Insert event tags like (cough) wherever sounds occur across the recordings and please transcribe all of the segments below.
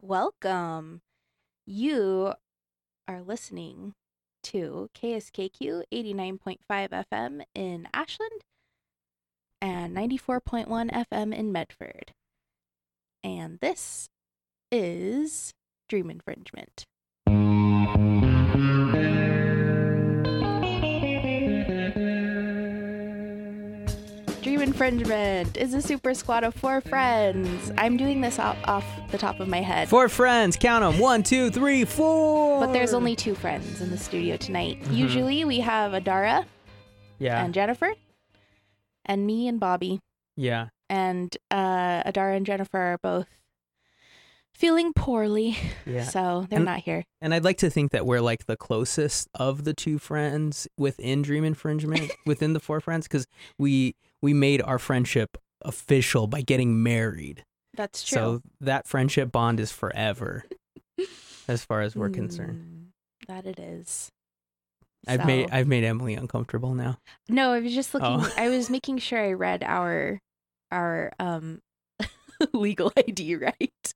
Welcome. You are listening to KSKQ 89.5 FM in Ashland and 94.1 FM in Medford. And this is Dream Infringement. Dream Infringement is a super squad of four friends. I'm doing this off, off the top of my head. Four friends, count them. One, two, three, four. But there's only two friends in the studio tonight. Usually we have Adara Mm-hmm. yeah, and Jennifer, and me and Bobby. yeah. And uh, Adara and Jennifer are both feeling poorly, (laughs) Yeah. so they're And- not here. And I'd like to think that we're like the closest of the two friends within (laughs) Dream Infringement, within the four friends, because we we made our friendship official by getting married. That's So that friendship bond is forever, as far as we're concerned. concerned. Mm, That it is. I've made Mm, So- I've made Emily (laughs) uncomfortable now. No, I was just looking. Oh. I was making sure I read our our um (laughs) legal ID right.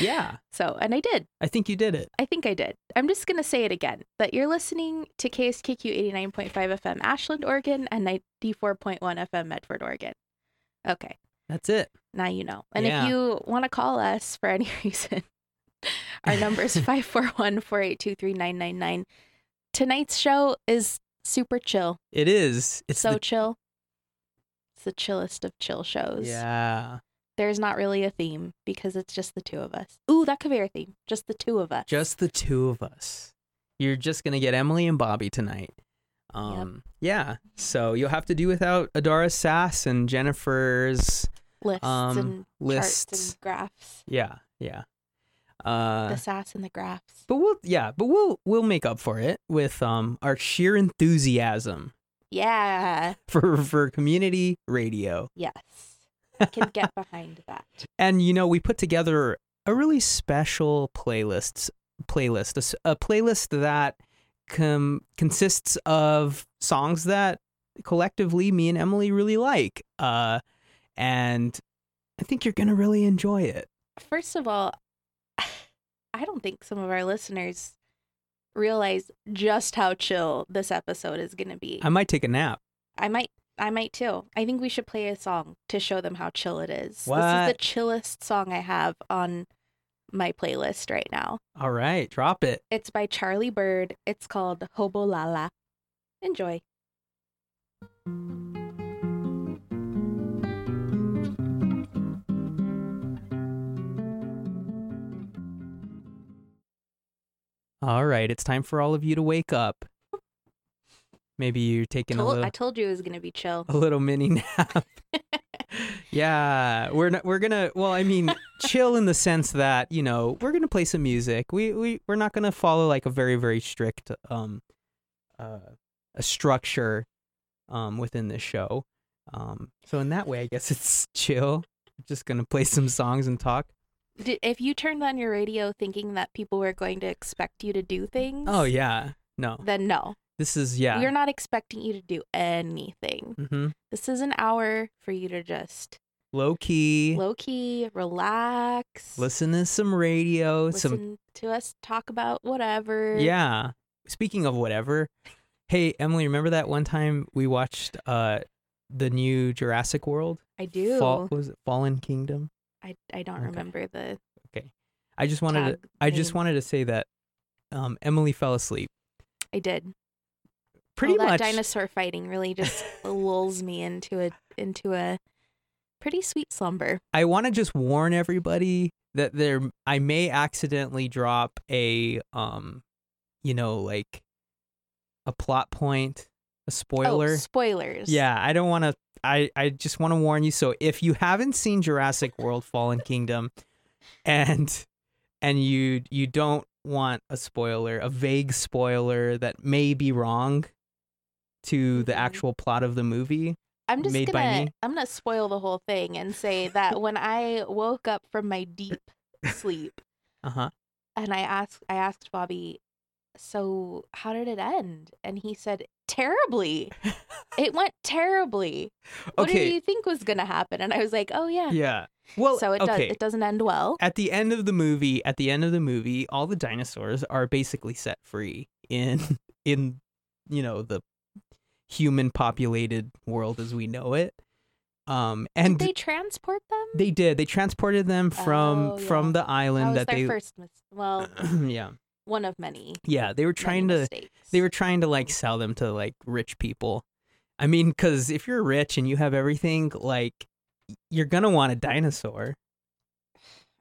Yeah, So, and I did. I think you did it. I think I did. I'm just going to say it again. But you're listening to KSKQ 89.5 FM Ashland, Oregon, and 94.1 FM Medford, Oregon. Okay, That's it. now you know. And Yeah. if you want to call us for any (laughs) (laughs) reason, our number is 541 482 3999. Tonight's show is super chill. It is. It's so the, chill. It's the chillest of chill shows. yeah. There's not really a theme because it's just the two of us. Ooh, that could be our theme. Just the two of us. just the two of us. You're just gonna get Emily and Bobby tonight. Um, yeah. So you'll have to do without Adara Sass and Jennifer's lists um and charts lists. and graphs. Yeah, yeah. Uh, the sass and the graphs. but we'll yeah, but we'll we'll make up for it with um our sheer enthusiasm (laughs) Yeah. for for community radio. Yes. I can (laughs) get behind that. And you know, we put together a really special playlist playlist a s- a, playlist that com- consists of songs that collectively me and Emily really like. Uh, and I think you're gonna really enjoy it. First of all, (sighs) I don't think some of our listeners realize just how chill this episode is going to be. I might take a nap. I might I might too. I think we should play a song to show them how chill it is. This is the What? chillest song I have on my playlist right now. All right, drop it. It's by Charlie Bird. It's called Hobo Lala. Enjoy. All right, it's time for all of you to wake up. Maybe you're taking a Told- little I told you it was going to be chill. a little mini nap. (laughs) yeah, we're not, we're gonna. Well, I mean, chill in the sense that you know we're gonna play some music. We we we're not gonna follow like a very very strict um uh a structure um within this show. Um, so in that way, I guess it's chill. Just gonna play some songs and talk. D- if you turned on your radio thinking that people were going to expect you to do things, Oh yeah, no, then no, this is yeah. we're not expecting you to do anything. mm-hmm. This is an hour for you to just Low key. low key relax, listen to some radio. some listen to us talk about whatever. Yeah. Speaking of whatever, hey Emily, remember that one time we watched uh the new Jurassic World? I do. Fall, was it Fallen Kingdom? I I don't Okay. remember the. I just wanted to, Tag I just name. wanted to say that um Emily fell asleep. I did. Pretty All Oh, that much. dinosaur fighting really (laughs) just lulls me into a into a pretty sweet slumber. I want to just warn everybody that there I may accidentally drop a um you know like a plot point, a spoiler. Oh, spoilers. Yeah, I don't want to. I, I just want to warn you. So if you haven't seen Jurassic World: Fallen Kingdom, and and you you don't want a spoiler, a vague spoiler that may be wrong to the Mhm. actual plot of the movie. I'm just made by gonna me. I'm gonna spoil the whole thing and say that when I woke up from my deep sleep Uh huh. and I asked I asked Bobby, so how did it end? And he said, terribly. it went terribly. What did you think was gonna happen? And I was like, oh yeah. Yeah. Well, so it does. okay. It doesn't end well. at the end of the movie, at the end of the movie, all the dinosaurs are basically set free in (laughs) in you know the human populated world as we know it. Um, and did they transport them? they did. They transported them from Oh, from yeah. the that island was that, their they first mis- (clears throat) well, yeah one of many. yeah they were trying to they were trying to like sell them to like rich people. I mean, because if you're rich and you have everything, like you're gonna want a dinosaur.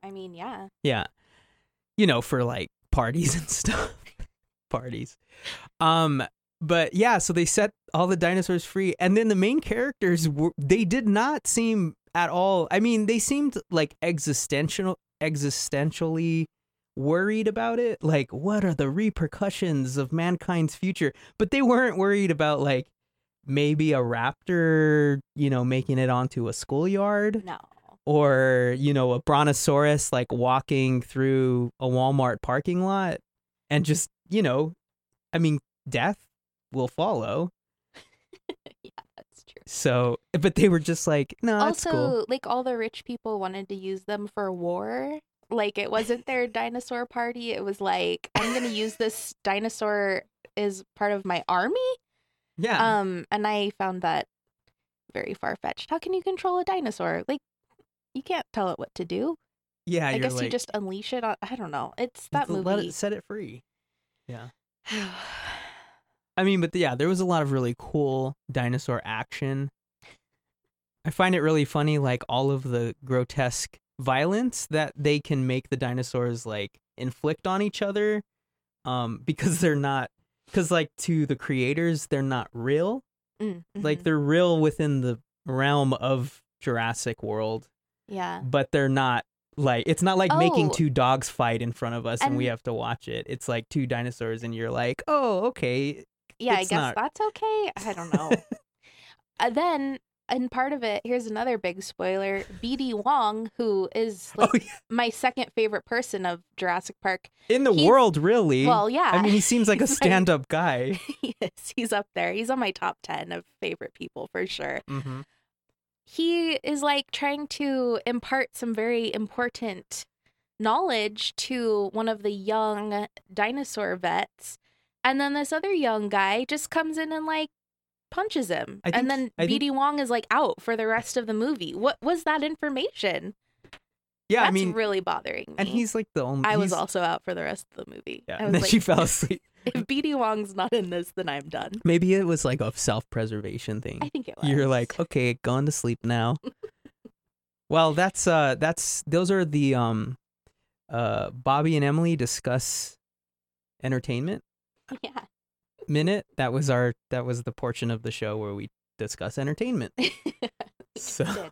I mean, (laughs) yeah. Yeah. You know, for like parties and (laughs) stuff. parties. Um but yeah, so they set all the dinosaurs free and then the main characters were, they did not seem at all I mean, they seemed like existential existentially worried about it. Like what are the repercussions of mankind's future? But they weren't worried about like maybe a raptor, you know, making it onto a schoolyard No. or you know a brontosaurus like walking through a Walmart parking lot and just you know I mean death will follow Yeah, that's true. so but they were just like no Oh, that's also, cool like all the rich people wanted to use them for war. Like it wasn't their dinosaur party. It was like I'm gonna use this dinosaur as part of my army. yeah Um, and I found that very far fetched. How can you control a dinosaur? Like you can't tell it what to do. yeah I you're guess like, you just unleash it on. I don't know. It's that let movie. it set it free I mean but yeah there was a lot of really cool dinosaur action I find it really funny like all of the grotesque violence that they can make the dinosaurs like inflict on each other um (laughs) because they're not because like to the creators they're not real (sighs) Mm, like mhm. they're real within the realm of jurassic world mm-hmm. yeah. but they're not like it's not like making Oh. two dogs fight in front of us and, we And- have to watch it it's like two dinosaurs and you're like oh okay Yeah, I It's guess not- that's okay. I don't (laughs) know. uh, then, and part of it, here's another big spoiler BD Wong, who is like oh, yeah. my second favorite person of Jurassic Park. in the He's- world really Well, yeah. i mean he seems (laughs) like a he's like- stand-up guy he is. He's up there. He's on my top 10 of favorite people for sure. mm-hmm. He is like trying to impart some very important knowledge to one of the young dinosaur vets. And then this other young guy just comes in and like punches him. I think- and then I BD Wong is like out for the rest of the movie. What was that information? yeah That's i mean really bothering me. and he's like the only I was he's- also out for the rest of the movie. (laughs) yeah I was and then like, (laughs) she fell asleep if BD Wong's not in this, then I'm done. maybe it was like a self-preservation thing I think it was. you're like okay going to sleep now well that's uh that's those are the um uh bobby and emily discuss entertainment (laughs) yeah. (laughs) minute that was our that was the portion of the show where we discuss entertainment So- (laughs) (laughs)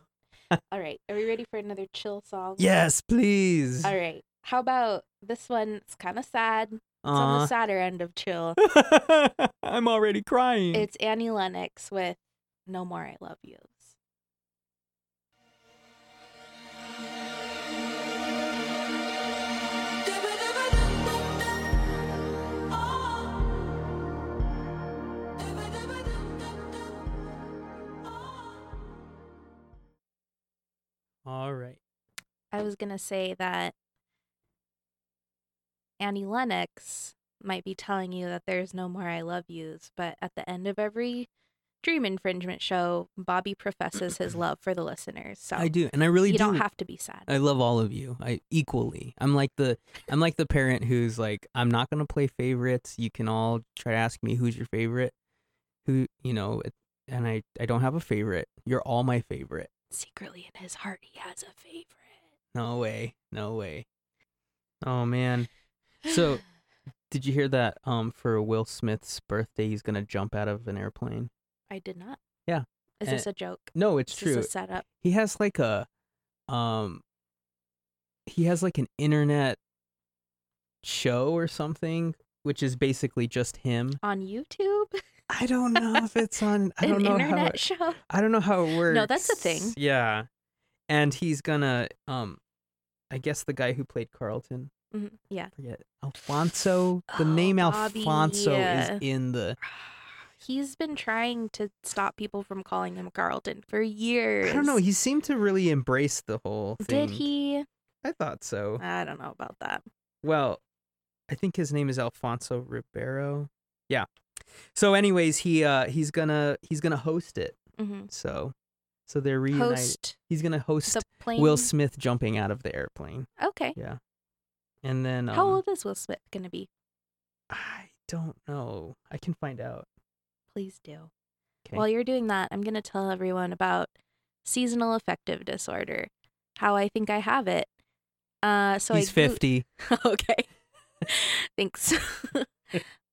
Good. All right. Are we ready for another chill song? yes please All right. How about this one? It's kind of sad. It's on Uh-huh. the sadder end of (laughs) chill. Aw. (laughs) i'm already crying It's Annie Lennox with No More I Love Yous. all right I was going to say that Annie Lennox might be telling you that there's no more I Love Yous, but at the end of every dream infringement show, Bobby professes (clears throat) his love for the listeners. So i do and i really you do don't have to be sad. I love all of you. I equally. I'm like the I'm like the parent who's like I'm not going to play favorites. You can all try to ask me who's your favorite. Who, you know, it- and I I don't have a favorite. You're all my favorite. secretly in his heart he has a favorite. No way. No way. Oh man. (sighs) (laughs) So- Did you hear that um for Will Smith's birthday he's going to jump out of an airplane? I did not. Yeah, Is and- this a joke? No, it's Is true. this a setup? he has like a um he has like an internet show or something which is basically just him On YouTube? (laughs) I don't know if it's on. (laughs) I don't An know how. (laughs) internet It, show? I don't know how it works. No, that's a thing. Yeah, and he's gonna. Um, I guess the guy who played Carlton. Mhm, Yeah. Forget Alfonso. The Oh, name Bobby, Alfonso yeah. is in the. (sighs) He's been trying to stop people from calling him Carlton for years. I don't know. He seemed to really embrace the whole thing. Did he? I thought so. I don't know about that. Well, I think his name is Alfonso Ribeiro. Yeah. So anyways, he uh he's gonna he's gonna host it. hmm So so they're reunited. Host he's gonna host the plane. Will Smith jumping out of the airplane. Okay. Yeah. And then um, How old is Will Smith going to be? I don't know. I can find out. Please do. 'Kay. While you're doing that, I'm going to tell everyone about seasonal affective disorder, how I think I have it. Uh, so I he's goo- fifty. (laughs) okay. Thanks. (laughs)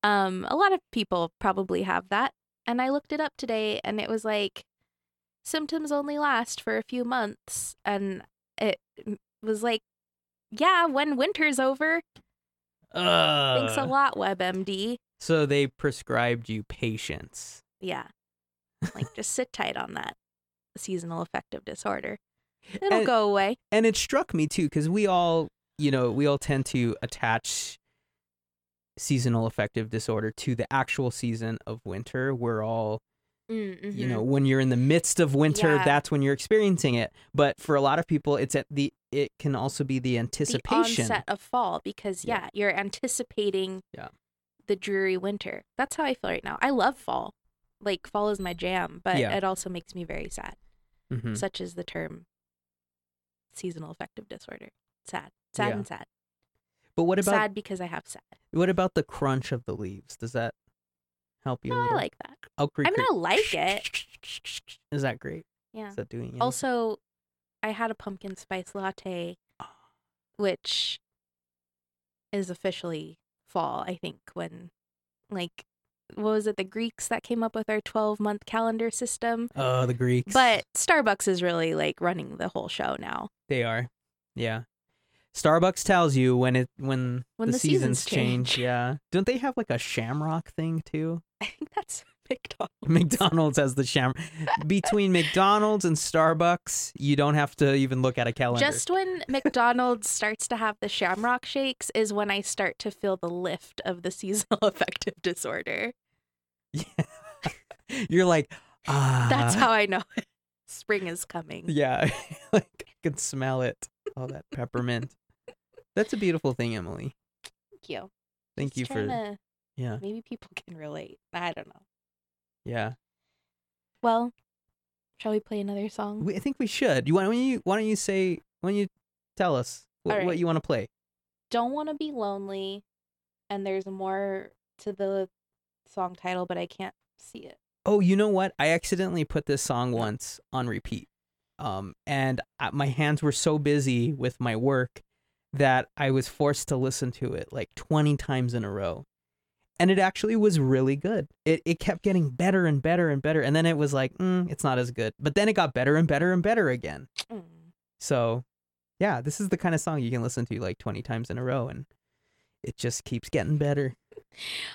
um, a lot of people probably have that. And I looked it up today and it was like symptoms only last for a few months. And it m- was like, yeah, when winter's over. Uh, Thanks a lot, WebMD. So they prescribed you patience. Yeah. Like, just sit tight on that seasonal affective disorder. It'll And- go away. and it struck me too because we all you know we all tend to attach seasonal affective disorder to the actual season of winter we're all Mm-hmm. you know when you're in the midst of winter Yeah. that's when you're experiencing it but for a lot of people it's at the it can also be the the anticipation onset of fall because Yeah. yeah, you're anticipating Yeah. the dreary winter. That's how I feel right now. I love fall. Like fall is my jam, but Yeah. it also makes me very sad. Mhm. Such is the term seasonal affective disorder. Sad. Sad Yeah. and sad. but what about sad because I have sad. what about the crunch of the leaves does that help you No, a I little like that. Elk Creek I mean Creek. I (laughs) like it. is that great Yeah. is that doing it Also, I had a pumpkin spice latte, Ah. which is officially fall, I think, when, like, what was it, the Greeks that came up with our 12 month calendar system? oh the greeks But Starbucks is really, like, running the whole show now. (laughs) They are. Yeah. Starbucks tells you when it when, When the seasons, seasons change. change. Yeah. Don't they have like a shamrock thing too? (laughs) I think that's (laughs) McDonald's. McDonald's has the sham Between McDonald's and Starbucks, you don't have to even look at a calendar. (laughs) Just when McDonald's starts to have the shamrock shakes is when I start to feel the lift of the seasonal (laughs) affective disorder. You're like, ah. That's how I know (laughs) spring is coming. Yeah. (laughs) like I can smell it. All that peppermint. That's a beautiful thing, Emily. Thank you. Thank Just you for trying to- yeah. Maybe people can relate. I don't know. Yeah. Well, shall we play another song? We, I think we should. You want why don't you why don't you say why don't you tell us what, All what right. you want to play? Don't want to be lonely, and there's more to the song title, but I can't see it. Oh, you know what? I accidentally put this song once on repeat. Um, and I, my hands were so busy with my work that I was forced to listen to it like 20 times in a row. And it actually was really good. It, it kept getting better and better and better. And then it was like, mm, it's not as good. But then it got better and better and better again. Mm. So, yeah, this is the kind of song you can listen to like 20 times in a row. And it just keeps getting better.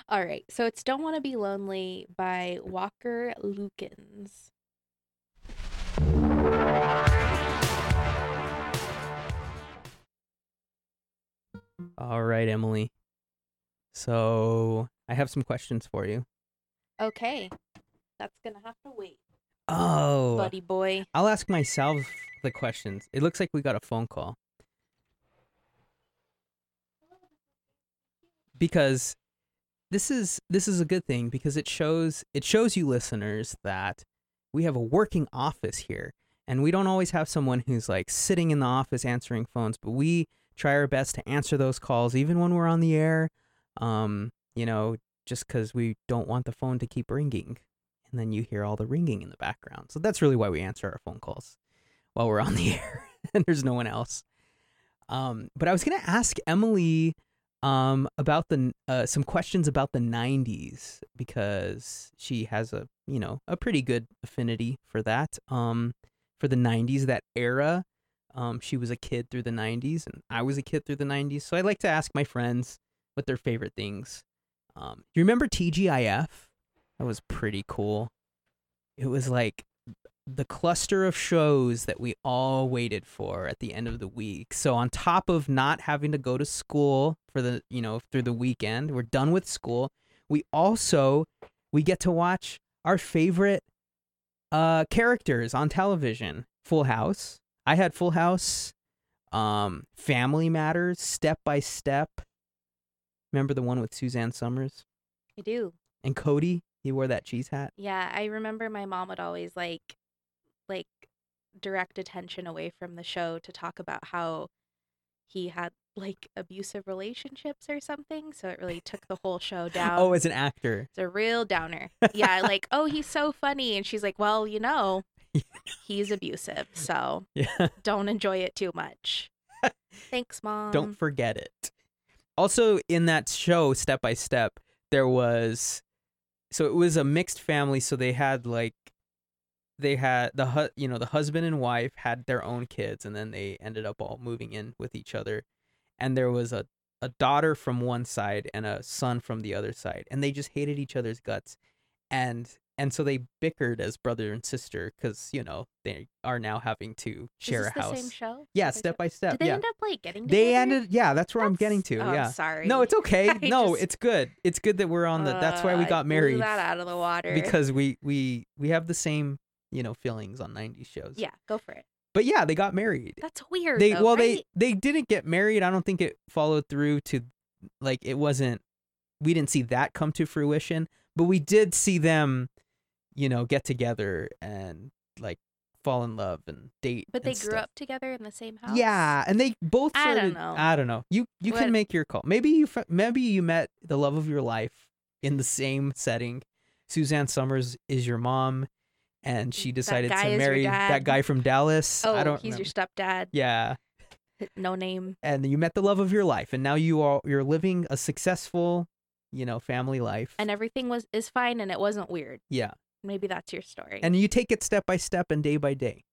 All right, so it's "Don't Want to Be Lonely" by Walker Lukens. All right, Emily. So, I have some questions for you. Okay, that's gonna have to wait, Oh, buddy boy. I'll ask myself the questions. It looks like we got a phone call. Because this is this is a good thing because it shows it shows you listeners that we have a working office here and we don't always have someone who's like sitting in the office answering phones, but we try our best to answer those calls even when we're on the air. Um, you know, just cuz we don't want the phone to keep ringing and then you hear all the ringing in the background. So that's really why we answer our phone calls while we're on the (laughs) air and there's no one else. Um, but I was going to ask Emily um, about the uh, some questions about the 90s because she has a, you know, a pretty good affinity for that. Um, for the 90s, that era. Um, she was a kid through the 90s and I was a kid through the 90s. So I like to ask my friends what their favorite things. Um, you remember TGIF? That was pretty cool. It was like the cluster of shows that we all waited for at the end of the week. So on top of not having to go to school for the, you know, through the weekend, we're done with school. We also we get to watch our favorite uh, characters on television. Full House. I had Full House. Um, Family Matters. Step by Step. Remember the one with Suzanne Summers I do. and Cody? He wore that cheese hat. Yeah, I remember my mom would always like like direct attention away from the show to talk about how he had like abusive relationships or something, so it really took the whole (laughs) show down. Oh, as an actor. (laughs) It's a real downer. Yeah, like, oh, he's so funny. And she's like, well, you (laughs) know, he's abusive. So Yeah. don't enjoy it too much. Thanks, mom. Don't forget it. Also, in that show, Step by Step, there was so it was a mixed family. So they had like they had the hu- you know the husband and wife had their own kids, and then they ended up all moving in with each other. And there was a a daughter from one side and a son from the other side, and they just hated each other's guts, and and so they bickered as brother and sister because you know they are now having to Is share this a house. the same show? yeah, step by step. Did they yeah end up like getting they together? ended yeah that's where i'm That's- getting to Oh, I'm yeah sorry. no it's (laughs) okay I no just- it's good it's good that we're on the that's why Uh, we I got blew married that out of the water. because we we we have the same you know feelings on 90s shows yeah, go for it. but yeah they got married That's weird. they though, well right? they they didn't get married i don't think it followed through to like it wasn't we didn't see that come to fruition but we did see them you know get together and like fall in love and date but they and grew stuff. up together in the same house. Yeah, and they both. I Started, don't know. I don't know. You you What- can make your call. Maybe you fr- maybe you met the love of your life in the same setting. Suzanne Summers is your mom, and she That decided guy is to your marry dad. that guy from Dallas. Oh, I don't. he's remember. your stepdad. yeah, No name. and you met the love of your life, and now you are you're living a successful, you know, family life. And everything was is fine and it wasn't weird. yeah, Maybe that's your story. and you take it step by step and day by day,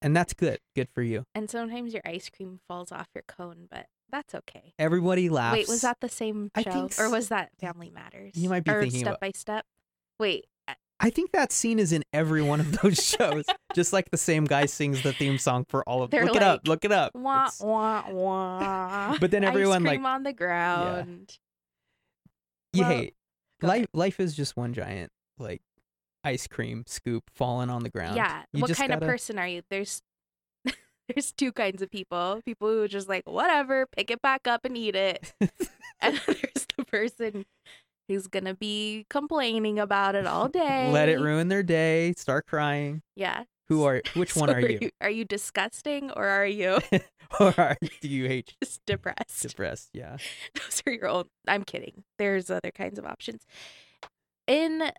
and that's good. Good for you. And sometimes your ice cream falls off your cone, but that's okay. Everybody laughs. Wait, was that the same I show, think or s- was that Family Matters? You might be or thinking Step about- by Step. Wait, eh, I- I think that scene is in every one of (laughs) those shows. just like the same guy sings the theme song for all of. They're look it up. like, Look it up. wah It's- wah wah. (laughs) But then everyone, ice like- cream on the ground. you well, hate go ahead. life. Life is just one giant like ice cream scoop falling on the ground. Yeah. You what just kind of gotta- (laughs) person are you? There's (laughs) there's two kinds of people. People who are just like whatever, pick it back up and eat it. (laughs) and then there's the person who's gonna be complaining about it all day. Let it ruin their day. Start crying. Yeah. Who are? (laughs) Which one So are you? (laughs) Are you disgusting or are you (laughs) or are, do you hate just depressed? depressed? Yeah. (laughs) those are your own i'm kidding there's other kinds of options in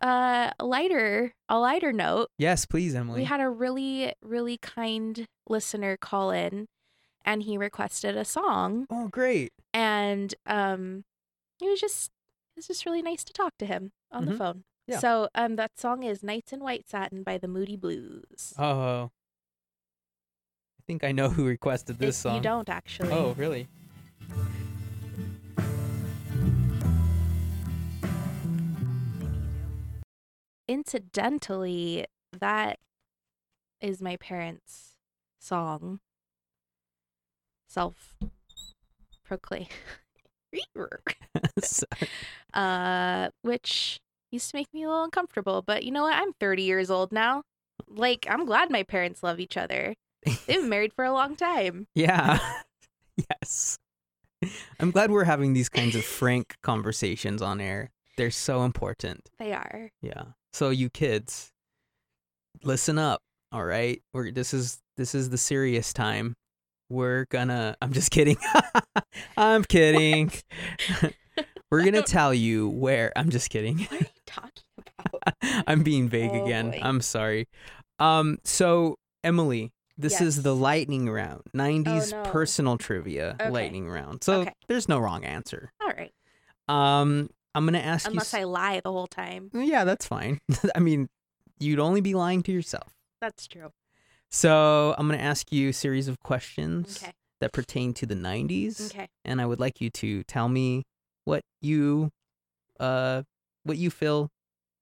uh lighter a lighter note Yes, please, Emily. we had a really really kind listener call in and he requested a song oh, great. and um it was just it was just really nice to talk to him on the Mhm. phone Yeah. so um that song is nights in white satin by the moody blues Oh. I think I know who requested this If song. you don't actually Oh, (laughs) really? (laughs) incidentally, that is my parents' song. Self proclaim. (laughs) uh, which used to make me a little uncomfortable, but you know what? I'm 30 years old now. Like, I'm glad my parents love each other. They've been married for a long time. (laughs) Yeah. (laughs) yes. I'm glad we're having these kinds of frank conversations on air. They're so important. They are. Yeah. So you kids, listen up. All right. We're this is this is the serious time. We're gonna I'm just kidding. (laughs) I'm kidding. (laughs) we're gonna tell you where I'm just kidding. (laughs) What are you talking about? (laughs) I'm being vague Oh, again. boy. I'm sorry. Um so Emily, this is the Yes. Oh, lightning round. 90s no. personal trivia Okay. lightning round. So Okay. there's no wrong answer. All right. Um I'm going to ask Unless you I lie the whole time. I... Yeah, that's fine. (laughs) I mean, you'd only be lying to yourself. That's true. So I'm going to ask you a series of questions Okay. that pertain to the 90s Okay. and I would like you to tell me what you uh what you feel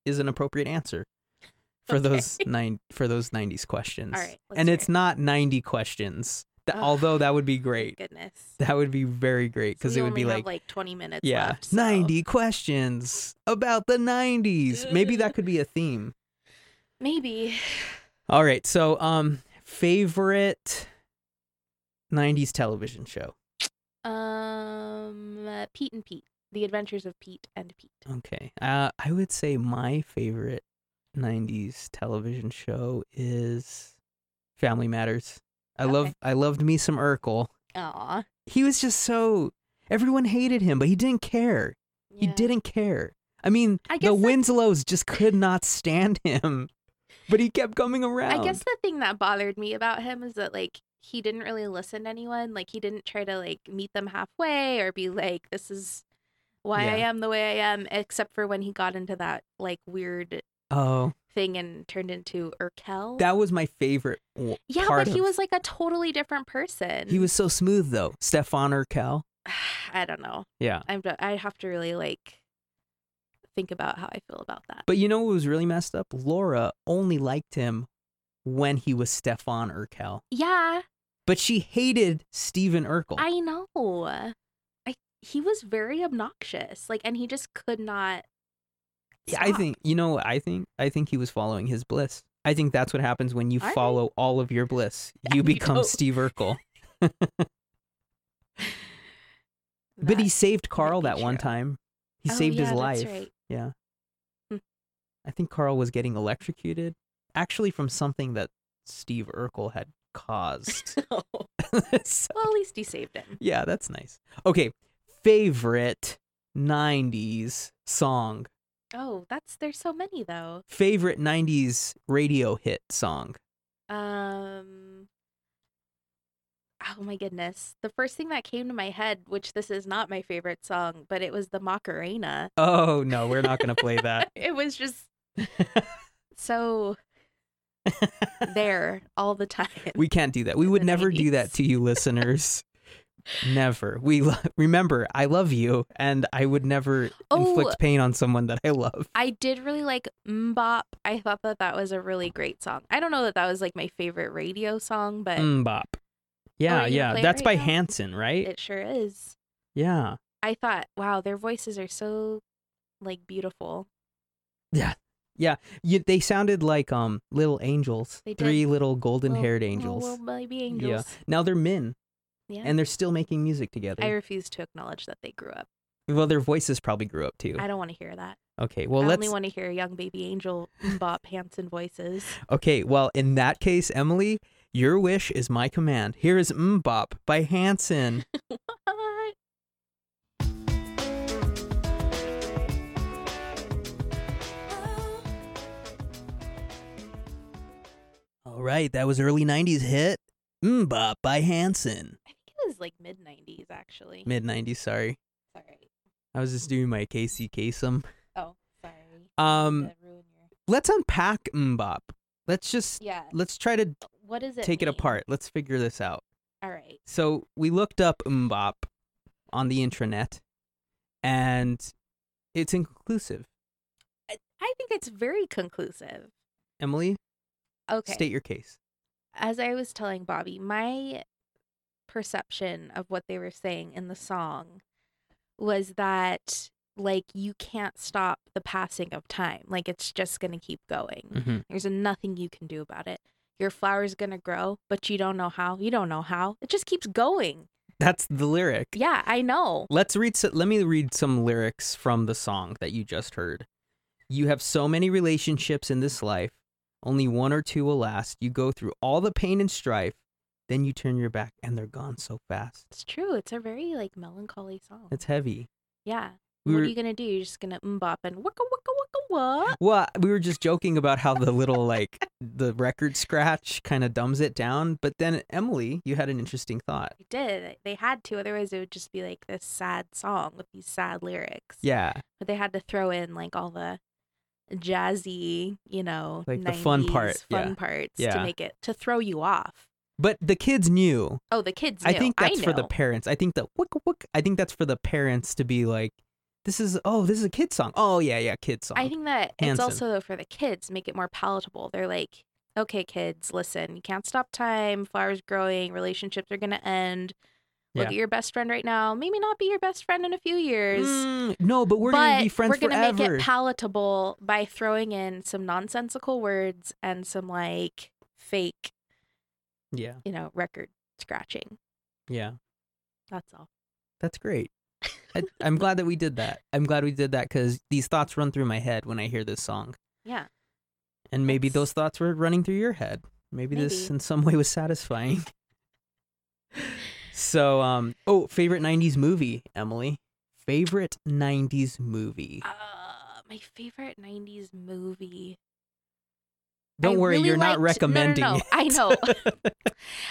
is an appropriate answer (laughs) for Okay. those nine for those 90s questions. All right, let's and hear it's it. not 90 questions. Th- Ugh. although that would be great. Goodness. That would be very great because We it would be only have, like, like 20 minutes yeah, left, so- 90 questions about the 90s. Maybe that could be (laughs) a theme. Maybe. All right. So, um, favorite 90s television show. Um uh, Pete and Pete. The Adventures of Pete and Pete. Okay. Uh, I would say my favorite 90s television show is Family Matters. I Okay. love I loved me some Urkel. Aw. He was just so everyone hated him, but he didn't care. He yeah. didn't care. I mean, I the guess that- Winslows just could not stand him, but he kept coming around. I guess the thing that bothered me about him is that like he didn't really listen to anyone. Like he didn't try to like meet them halfway or be like, "This is why I Yeah. am the way I am." Except for when he got into that like weird Oh, thing and turned into Urkel. that was my favorite. w- yeah, part but he of- was like a totally different person. He was so smooth though. Stefan Urkel. (sighs) I don't know. Yeah. I'm. d- I have to really like think about how I feel about that. But you know what was really messed up? Laura only liked him when he was Stefan Urkel. Yeah, But she hated Steven Urkel. I know. I he was very obnoxious. Like, and he just could not. Yeah, I stop. think you know what I think? I think he was following his bliss. I think that's what happens when you All right. follow all of your (laughs) bliss. You You become don't. Steve Urkel. (laughs) that- But he saved Carl be that one true. time. He Oh, saved his yeah, life. that's right. Yeah. Hmm. I think Carl was getting electrocuted actually from something that Steve Urkel had (laughs) caused. (laughs) well, So- at least he saved him. yeah, that's nice. Okay, favorite 90s song. Oh, that's there's so many though. Favorite 90s radio hit song. Um. Oh my goodness. The first thing that came to my head, which this is not my favorite song, but it was the Macarena. Oh, no, we're not going to play that. (laughs) It was (laughs) just so there all the time. We can't do that. We would The never do that 90s. to (laughs) you listeners. never. We lo- remember I love you and I would never Oh, inflict pain on someone that I love. I did really like Mbop. I thought that that was a really great song. I don't know that that was like my favorite radio song, but Mbop. are you Yeah, gonna yeah. play it That's right by now? Hanson, Mm, right? it sure is. yeah. I thought, wow, their voices are so like beautiful. You, they sounded like um little angels. They did. Three little golden-haired Little- angels. little baby angels. now they're men Yeah. and they're still making music together. I refuse to acknowledge that they grew up. well, their voices probably grew up too. I don't want to hear that. Okay. Well, I let's only want to hear young baby (laughs) angel Mbop Hanson voices. (laughs) Okay, well, in that case, Emily, your wish is my command. Here is Mbop by Hanson. What? All right, that was early 90s hit. Mbop by Hanson. I think it was like mid nineties actually. Mid 90s, sorry. sorry. I was just doing my Casey Kasem. Oh, sorry. Um, Did that ruin your- let's unpack Mbop. Let's just Yeah. let's try to What is it? take it mean? apart. Let's figure this out. All right. So, we looked up Mbop on the intranet and it's inconclusive. I, I think it's very conclusive. Emily, Okay. state your case. As I was telling Bobby, my perception of what they were saying in the song was that like you can't stop the passing of time. Like it's just going to keep going. Mhm. There's nothing you can do about it. Your flower's going to grow, but you don't know how. You don't know how. It just keeps going. That's the lyric. Yeah, I know. Let's read. So, let me read some lyrics from the song that you just heard. You have so many relationships in this life. Only one or two will last. You go through all the pain and strife, then you turn your back, and they're gone so fast. It's true. It's a very like melancholy song. It's heavy. yeah. We what were are you gonna do? You're just gonna mbop and wicka wicka wicka what? well. We were just joking about how the little like the record scratch kind of dumbs it down. But then Emily, you had an interesting thought. They did. They had to, otherwise it would just be like this sad song with these sad lyrics. Yeah, But they had to throw in like all the jazzy, you know, Like the fun part, 90s fun yeah. parts Yeah. to make it to throw you off. but the kids knew Oh, the kids. I knew. think that's for the knew. parents. I think that wick, wick, I think that's for the parents to be like, this is oh, this is a kid song. Oh yeah, yeah, kid song. I think that it's Hanson. also for the kids make it more palatable. They're like, okay, kids, listen, you can't stop time. Flowers growing, relationships are going to end. Look Yeah. at your best friend right now. Maybe not be your best friend in a few years. Mm, no, but we're gonna but be friends we're gonna forever. make it palatable by throwing in some nonsensical words and some like fake, yeah, you know, record scratching. yeah, That's all. that's great. I, I'm glad that we did that. I'm glad we did that because these thoughts run through my head when I hear this song, Yeah. and maybe That's- those thoughts were running through your head. Maybe, this Maybe. in some way was satisfying. (laughs) so, um, oh, favorite '90s movie, Emily. Favorite '90s movie. Uh, my favorite 90s movie. Don't I worry, really you're not liked- recommending No, no, no. it. I (laughs) (laughs) know.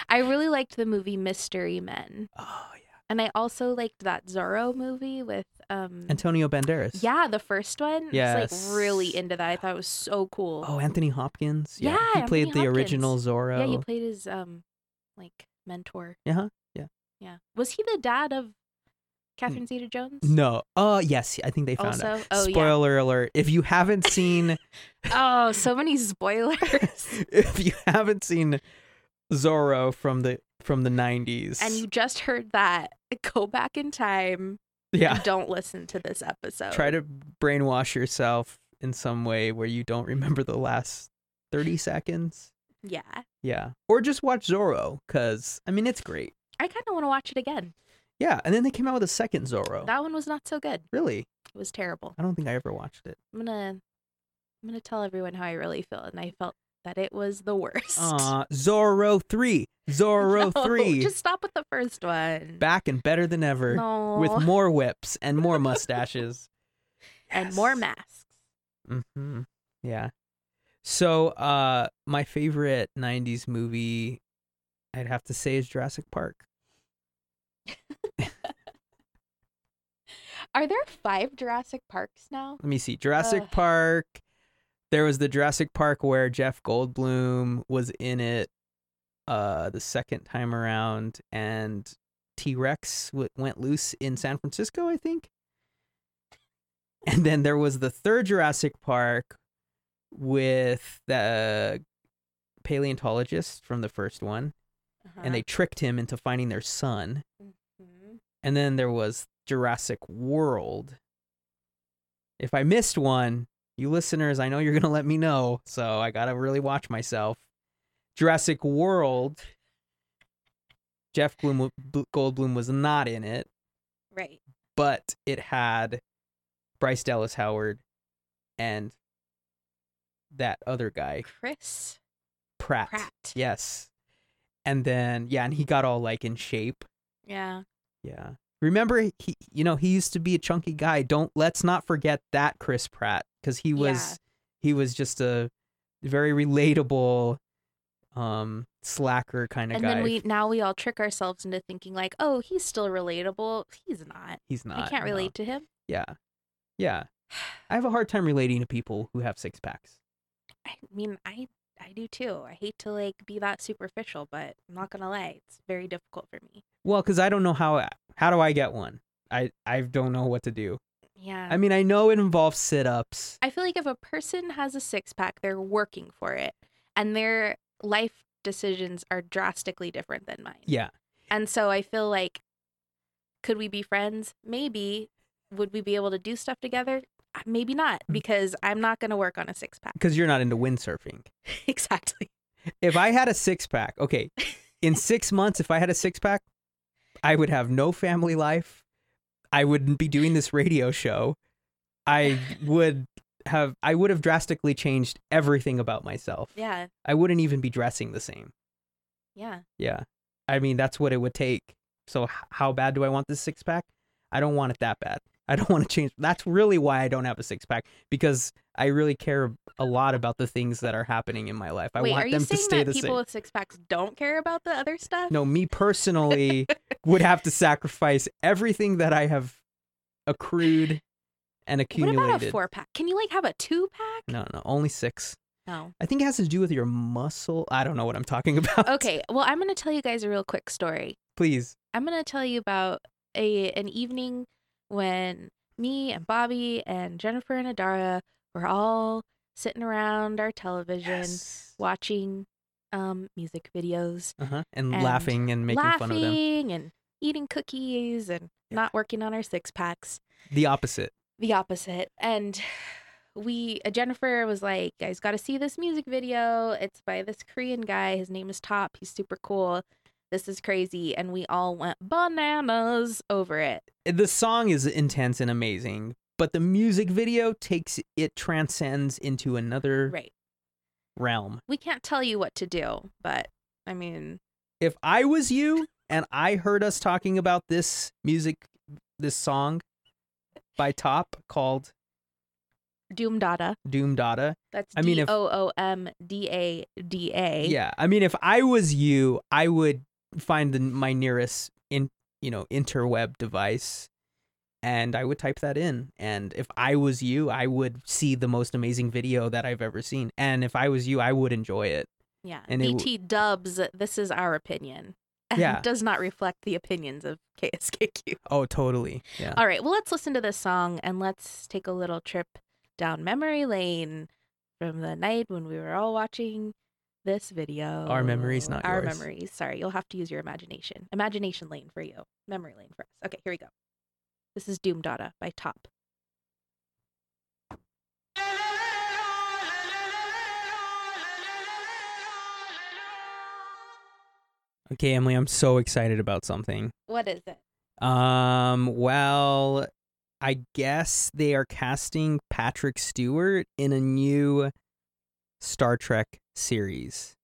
I really liked the movie Mystery Men. oh yeah, And I also liked that Zorro movie with um Antonio Banderas. Yeah, the first one. I was Yes. like really into that. I thought it was so cool. Oh, Anthony Hopkins. Yeah, he Anthony played the original yeah, he Zorro. played his um like mentor. Uh-huh, yeah. Hmm. Yeah. Was he the dad of Catherine Zeta Jones? no. Uh yes, I think they found out. Also, oh yeah. Spoiler alert. If you (laughs) haven't seen Oh, so many (laughs) spoilers. if you haven't seen Zorro from the from the 90s. and you just heard that. Go back in time. yeah, (laughs) and Don't listen to this episode. try to brainwash yourself in some way where you don't remember the last 30 seconds. Yeah. Yeah. Or just watch Zorro cuz I mean it's great. I kind of want to watch it again. Yeah, and then they came out with a second Zorro. That one was not so good. really? It was terrible. I don't think I ever watched it. I'm gonna I'm gonna tell everyone how I really feel, and I felt that it was the worst. Uh Zorro 3. (laughs) Zorro (laughs) No, 3. Just stop with the first one. back and better than ever no. with more whips and more (laughs) mustaches and more masks. hmm Yeah. So, uh, my favorite '90s movie, I'd have to say, is Jurassic Park. Are there five Jurassic Parks now? Let me see, Jurassic Ugh. Park. There was the Jurassic Park where Jeff Goldblum was in it, uh, the second time around, and T Rex w- went loose in San Francisco, I think. And then there was the third Jurassic Park with the paleontologist from the first one, Uh-huh. and they tricked him into finding their son. Mm-hmm. And then there was Jurassic World. If I missed one, you listeners, I know you're going to let me know. So I got to really watch myself. Jurassic World, Jeff Gloom- Goldblum was not in it, right. but it had Bryce Dallas Howard and that other guy, Chris Pratt. Pratt. Yes. And then, yeah, and he got all like in shape. Yeah. Yeah. Remember he you know, he used to be a chunky guy. Don't let's not forget that Chris Pratt cuz he was he was just a very relatable um slacker kind of And guy. then we now we all trick ourselves into thinking like, oh, he's still relatable. He's not. He's not. I can't no. relate to him. Yeah. (sighs) Yeah. I have a hard time relating to people who have six packs. I mean, I I do too. I hate to like be that superficial, but I'm not gonna lie, it's very difficult for me. Well, cuz I don't know how how do I get one? I I don't know what to do. Yeah. I mean, I know it involves sit-ups. I feel like if a person has a six pack, they're working for it, and their life decisions are drastically different than mine. Yeah. And so I feel like, could we be friends? Maybe. Would we be able to do stuff together? Uh, Maybe not, Mm. because I'm not going to work on a six pack. Cuz you're not into windsurfing. (laughs) exactly. if I had a six pack, okay, in six months, if I had a six pack, I would have no family life. I wouldn't be doing this radio show. I would have I would have drastically changed everything about myself. Yeah. I wouldn't even be dressing the same. Yeah. Yeah. I mean, that's what it would take. So h- how bad do I want this six pack? I don't want it that bad. I don't want to change. That's really why I don't have a six pack because I really care a lot about the things that are happening in my life. I Wait, want are you them to saying stay that the people same. with six packs don't care about the other stuff? No, me personally would have to sacrifice everything that I have accrued and What accumulated. about a four pack? Can you like have a two pack? No, no, only six. No. I think it has to do with your muscle. I don't know what I'm talking (laughs) about. Okay. Well, I'm going to tell you guys a real quick story. Please. I'm gonna tell you about a an evening when me and Bobby and Jennifer and Adara were all sitting around our television Yes. watching um music videos, Uh-huh. And, and laughing and making laughing fun of them. and eating cookies and not working on our six packs. The opposite. The opposite. And we uh, Jennifer was like, "Guys, got to see this music video. It's by this Korean guy. His name is Top. He's super cool." This is crazy, and we all went bananas over it. The song is intense and amazing, but the music video takes it transcends into another Right. realm. we can't tell you what to do, but I mean, If I was you and I heard us talking about this music this song by Top called Doom Dada. Doom Dada. That's I mean, D if- O O M D A D A. Yeah. I mean if I was you, I would find the, my nearest in you know interweb device and I would type that in and if I was you, I would see the most amazing video that I've ever seen and if I was you, I would enjoy it. Yeah. And it w- BT dubs, this is our opinion. (laughs) And Yeah. does not reflect the opinions of (laughs) KSKQ. Oh, totally. Yeah. All right. Well, let's listen to this song and let's take a little trip down memory lane from the night when we were all watching this video. Our memories, not Our yours. memories. Sorry. You'll have to use your imagination. Imagination lane for you, memory lane for us. Okay. Here we go. This is Doom Dada by Top. Okay, Emily, I'm so excited about something. What is it? Um, well, I guess they are casting Patrick Stewart in a new Star Trek series.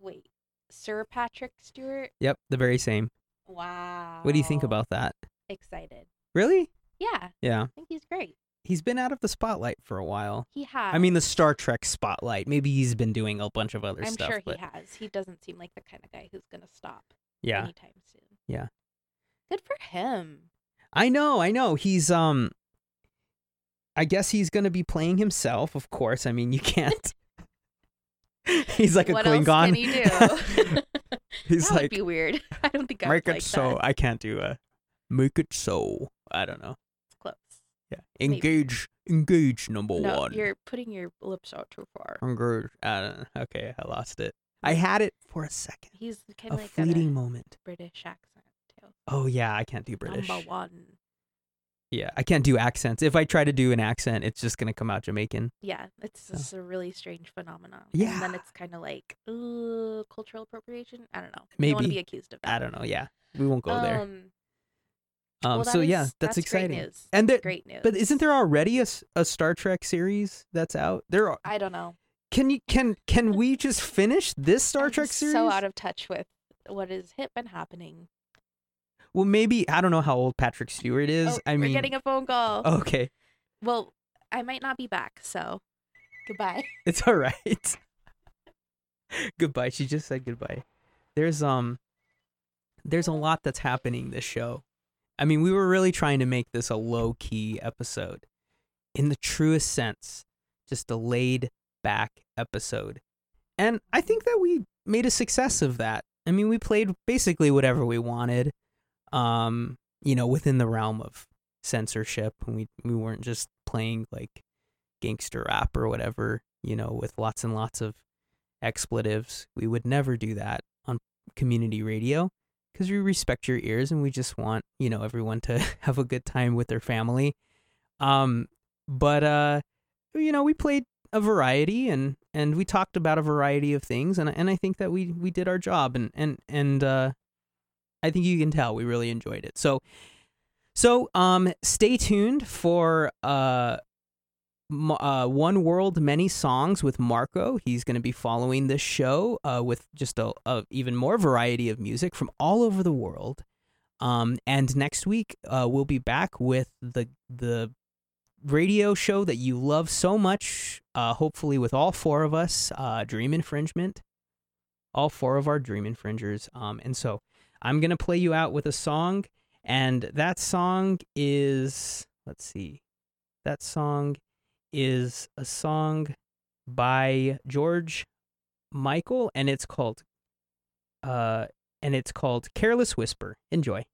Wait, Sir Patrick Stewart? Yep, the very same. Wow. What do you think about that? Excited. Really? Yeah, Yeah. I think he's great. He's been out of the spotlight for a while. He has. I mean, the Star Trek spotlight. Maybe he's been doing a bunch of other I'm stuff. sure but he has. He doesn't seem like the kind of guy who's going to stop yeah. anytime soon. Yeah. Good for him. I know, I know. He's um I guess he's gonna be playing himself, of course. I mean you (laughs) can't (laughs) He's like a what Klingon. else can he do? (laughs) (laughs) that he's would like be weird. (laughs) I don't think I would make it like so that. I can't do a make it so. I don't know. It's close. Yeah. Maybe. Engage engage number No, one. Oh, you're putting your lips out too far. Engage I don't know. Okay, I lost it. I had it for a second. He's kind A of like got a fleeting moment. British accent too. Oh yeah, I can't do British. Number one. Yeah, I can't do accents. If I try to do an accent, it's just gonna come out Jamaican. Yeah, it's So- just a really strange phenomenon. And then Yeah. it's kind of like, ooh, cultural appropriation. I don't know. You don't want to Maybe. be accused of that. I don't know. Yeah, we won't go there. Um, Um, well, that so yeah, is- that's, exciting. Great news. And there, Great news. but isn't there already a, s- a Star Trek series that's out? There are. I don't know. Can you can can we just finish this Star I'm Trek just series? So out of touch with what has hit been happening. well, maybe I don't know how old Patrick Stewart is. Oh, I we're mean, oh. getting a phone call. okay, Well, I might not be back, so goodbye. it's all right. goodbye. She just said goodbye. There's um, there's a lot that's happening this show. I mean, we were really trying to make this a low key episode, in the truest sense, just a laid back episode. And I think that we made a success of that. I mean, we played basically whatever we wanted, um, you know, within the realm of censorship. And we, we weren't just playing like gangster rap or whatever, you know, with lots and lots of expletives. We would never do that on community radio because we respect your ears and we just want, you know, everyone to (laughs) have a good time with their family. Um, but, uh, you know, we played a variety and and we talked about a variety of things and and I think that we we did our job and and and uh I think you can tell we really enjoyed it. So so um stay tuned for uh m- uh, One World Many Songs with Marco. He's going to be following this show uh, with just a, a even more variety of music from all over the world. Um, and next week uh, we'll be back with the the radio show that you love so much. Uh, hopefully, with all four of us, uh, Dream Infringement, all four of our Dream Infringers. Um, and so I'm gonna play you out with a song, and that song is let's see, that song is a song by George Michael, and it's called, uh, and it's called "Careless Whisper." Enjoy.